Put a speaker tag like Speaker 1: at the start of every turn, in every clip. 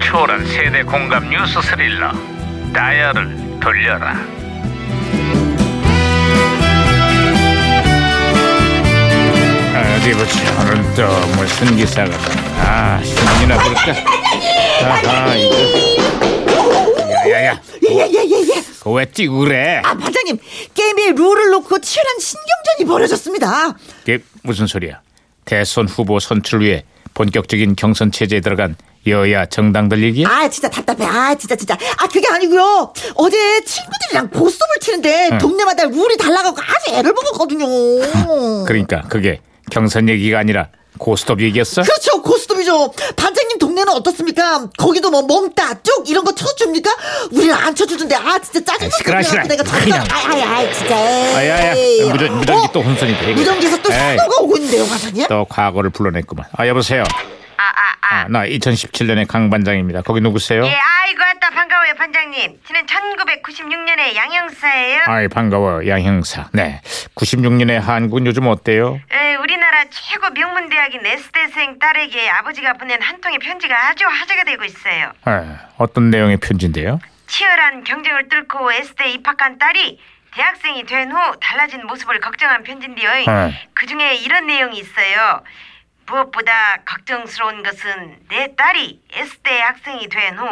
Speaker 1: 수월한 세대 공감 뉴스 스릴러 다이얼을 돌려라 아, 어디 보자 오늘 또 무슨 기사가 아 신문이나 볼까 아하 이거 야야야
Speaker 2: 예예예예.
Speaker 1: 왜 뛰고 그래
Speaker 2: 아 반장님 게임의 룰을 놓고 치열한 신경전이 벌어졌습니다.
Speaker 1: 이게 무슨 소리야? 대선 후보 선출 위해 본격적인 경선 체제에 들어간 여야 정당들 얘기야?
Speaker 2: 아 진짜 답답해. 아 진짜 진짜. 아 그게 아니고요. 어제 친구들이랑 보스톱을 치는데 동네마다 룰이 달라가고 아주 애를 먹었거든요.
Speaker 1: 그러니까 그게 경선 얘기가 아니라 고스톱 얘기였어?
Speaker 2: 그렇죠 고스톱이죠. 반장님 동네는 어떻습니까? 거기도 뭐 멍따 쭉 이런 거 쳐줍니까? 우리는 안 쳐주던데 아 진짜 짜증나.
Speaker 1: 시끄러워, 시끄러워.
Speaker 2: 내가
Speaker 1: 그냥.
Speaker 2: 정말 아야야 진짜.
Speaker 1: 아야야 무전, 무전기
Speaker 2: 어?
Speaker 1: 또 혼선이 돼. 이거.
Speaker 2: 무전기에서 또
Speaker 1: 에이,
Speaker 2: 신호가 오고 있는데요 반장님.
Speaker 1: 또 과거를 불러냈구만. 아 여보세요.
Speaker 3: 아아아
Speaker 1: 나 2017년의 강 반장입니다. 거기 누구세요?
Speaker 3: 예, 아이고 아따 반가워요 반장님. 저는 1996년에 양형사예요.
Speaker 1: 아이 반가워요 양 형사. 네. 96년의 한국은 요즘 어때요?
Speaker 3: 에, 우리나라 최고 명문 대학인 에스대생 딸에게 아버지가 보낸 한 통의 편지가 아주 화제가 되고 있어요.
Speaker 1: 아, 어떤 내용의 편지인데요?
Speaker 3: 치열한 경쟁을 뚫고 에스대 입학한 딸이 대학생이 된 후 달라진 모습을 걱정한 편지인데요.
Speaker 1: 네.
Speaker 3: 그 중에 이런 내용이 있어요. 무엇보다 걱정스러운 것은 내 딸이 S대 학생이 된 후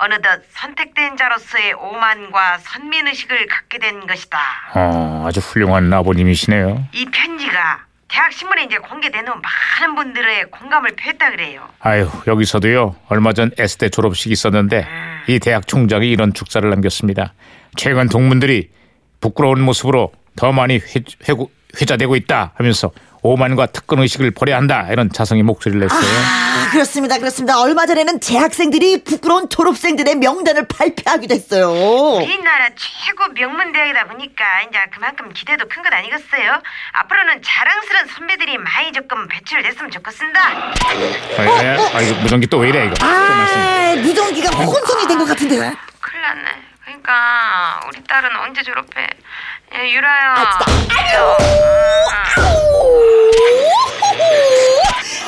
Speaker 3: 어느덧 선택된 자로서의 오만과 선민의식을 갖게 된 것이다.
Speaker 1: 어, 아주 훌륭한 아버님이시네요.
Speaker 3: 이 편지가 대학 신문에 이제 공개된 후 많은 분들의 공감을 표했다 그래요.
Speaker 1: 아유 여기서도요 얼마 전 S대 졸업식이 있었는데 이 대학 총장이 이런 축사를 남겼습니다 최근 동문들이 부끄러운 모습으로 더 많이 회, 회고, 회자되고 있다 하면서 오만과 특권의식을 버려야 한다 이런 자성의 목소리를 냈어요
Speaker 2: 아, 그렇습니다. 그렇습니다. 얼마 전에는 재학생들이 부끄러운 졸업생들의 명단을 발표하기도 했어요.
Speaker 3: 우리나라 최고 명문 대학이다 보니까 이제 그만큼 기대도 큰 것 아니겠어요? 앞으로는 자랑스러운 선배들이 많이 조금 배출됐으면 좋겠습니다.
Speaker 1: 아유, 예, 아유 무전기 또 왜 이래 이거
Speaker 2: 아, 무전기가 혼선이 된 것 같은데요.
Speaker 3: 큰일 났네. 그러니까 우리 딸은 언제 졸업해? 예, 유라야.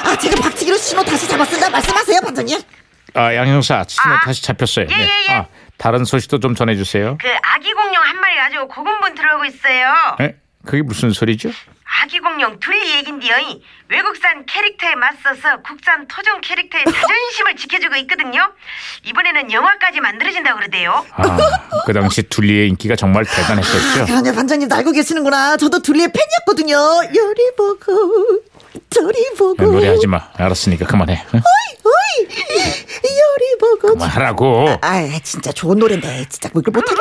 Speaker 2: 아, 제가 박치기로 신호 다시 잡았습니다. 말씀하세요, 반장님.
Speaker 1: 아, 양 형사 신호
Speaker 3: 아.
Speaker 1: 다시 잡혔어요
Speaker 3: 예, 예, 예.
Speaker 1: 아, 다른 소식도 좀 전해주세요
Speaker 3: 그 아기 공룡 한 마리 가지고 고군분 들어오고 있어요.
Speaker 1: 에? 네? 그게 무슨 소리죠?
Speaker 3: 아기 공룡 둘리 얘긴데요. 외국산 캐릭터에 맞서서 국산 토종 캐릭터의 자존심을 지켜주고 있거든요. 이번에는 영화까지 만들어진다고 그러대요.
Speaker 1: 아, 그 당시 둘리의 인기가 정말 대단했었죠
Speaker 2: 아, 그러네, 반장님도 알고 계시는구나. 저도 둘리의 팬이었거든요. 요리 보고, 저리 보고.
Speaker 1: 야, 노래하지 마 알았으니까 그만해 응?
Speaker 2: 어이, 요리 보고.
Speaker 1: 그만하라고
Speaker 2: 아, 진짜 좋은 노래인데, 진짜 뭐 이걸 못하네.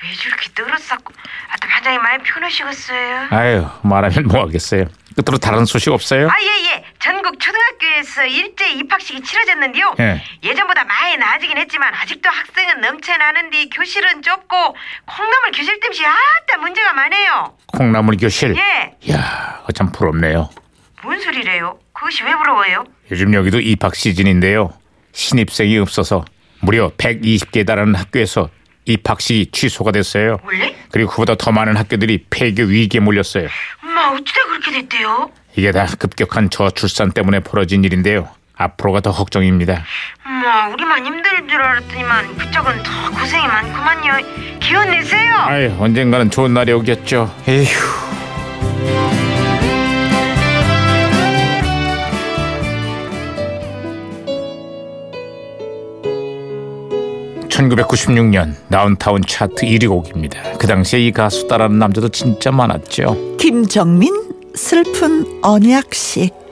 Speaker 3: 왜 저렇게 늘었었고 아따 반장님 많이 피곤하시겠어요
Speaker 1: 아유 말하면 뭐하겠어요 끝으로 다른 소식 없어요?
Speaker 3: 아 예예 전국 초등학교에서 일제 입학식이 치러졌는데요
Speaker 1: 예.
Speaker 3: 전보다 많이 나아지긴 했지만 아직도 학생은 넘쳐나는데 교실은 좁고 콩나물 교실 땜시 아따 문제가 많아요
Speaker 1: 콩나물 교실
Speaker 3: 예
Speaker 1: 이야 그거 참 부럽네요
Speaker 3: 뭔 소리래요 그것이 왜 부러워요
Speaker 1: 요즘 여기도 입학 시즌인데요 신입생이 없어서 무려 120개에 달하는 학교에서 입학식이 취소가 됐어요
Speaker 3: 원래?
Speaker 1: 그리고 그보다 더 많은 학교들이 폐교 위기에 몰렸어요
Speaker 3: 엄마 음, 아, 어쩌다 그렇게 됐대요
Speaker 1: 이게 다 급격한 저출산 때문에 벌어진 일인데요 앞으로가 더 걱정입니다
Speaker 3: 엄마 뭐, 우리만 힘들 줄 알았더니만 그쪽은 더 고생이 많구만요 기운 내세요
Speaker 1: 아유 언젠가는 좋은 날이 오겠죠 에휴 (1996년) 다운타운 차트 1위 곡입니다 그 당시에 이 가수 따라하는 남자도 진짜 많았죠
Speaker 2: 김정민, 슬픈 언약식.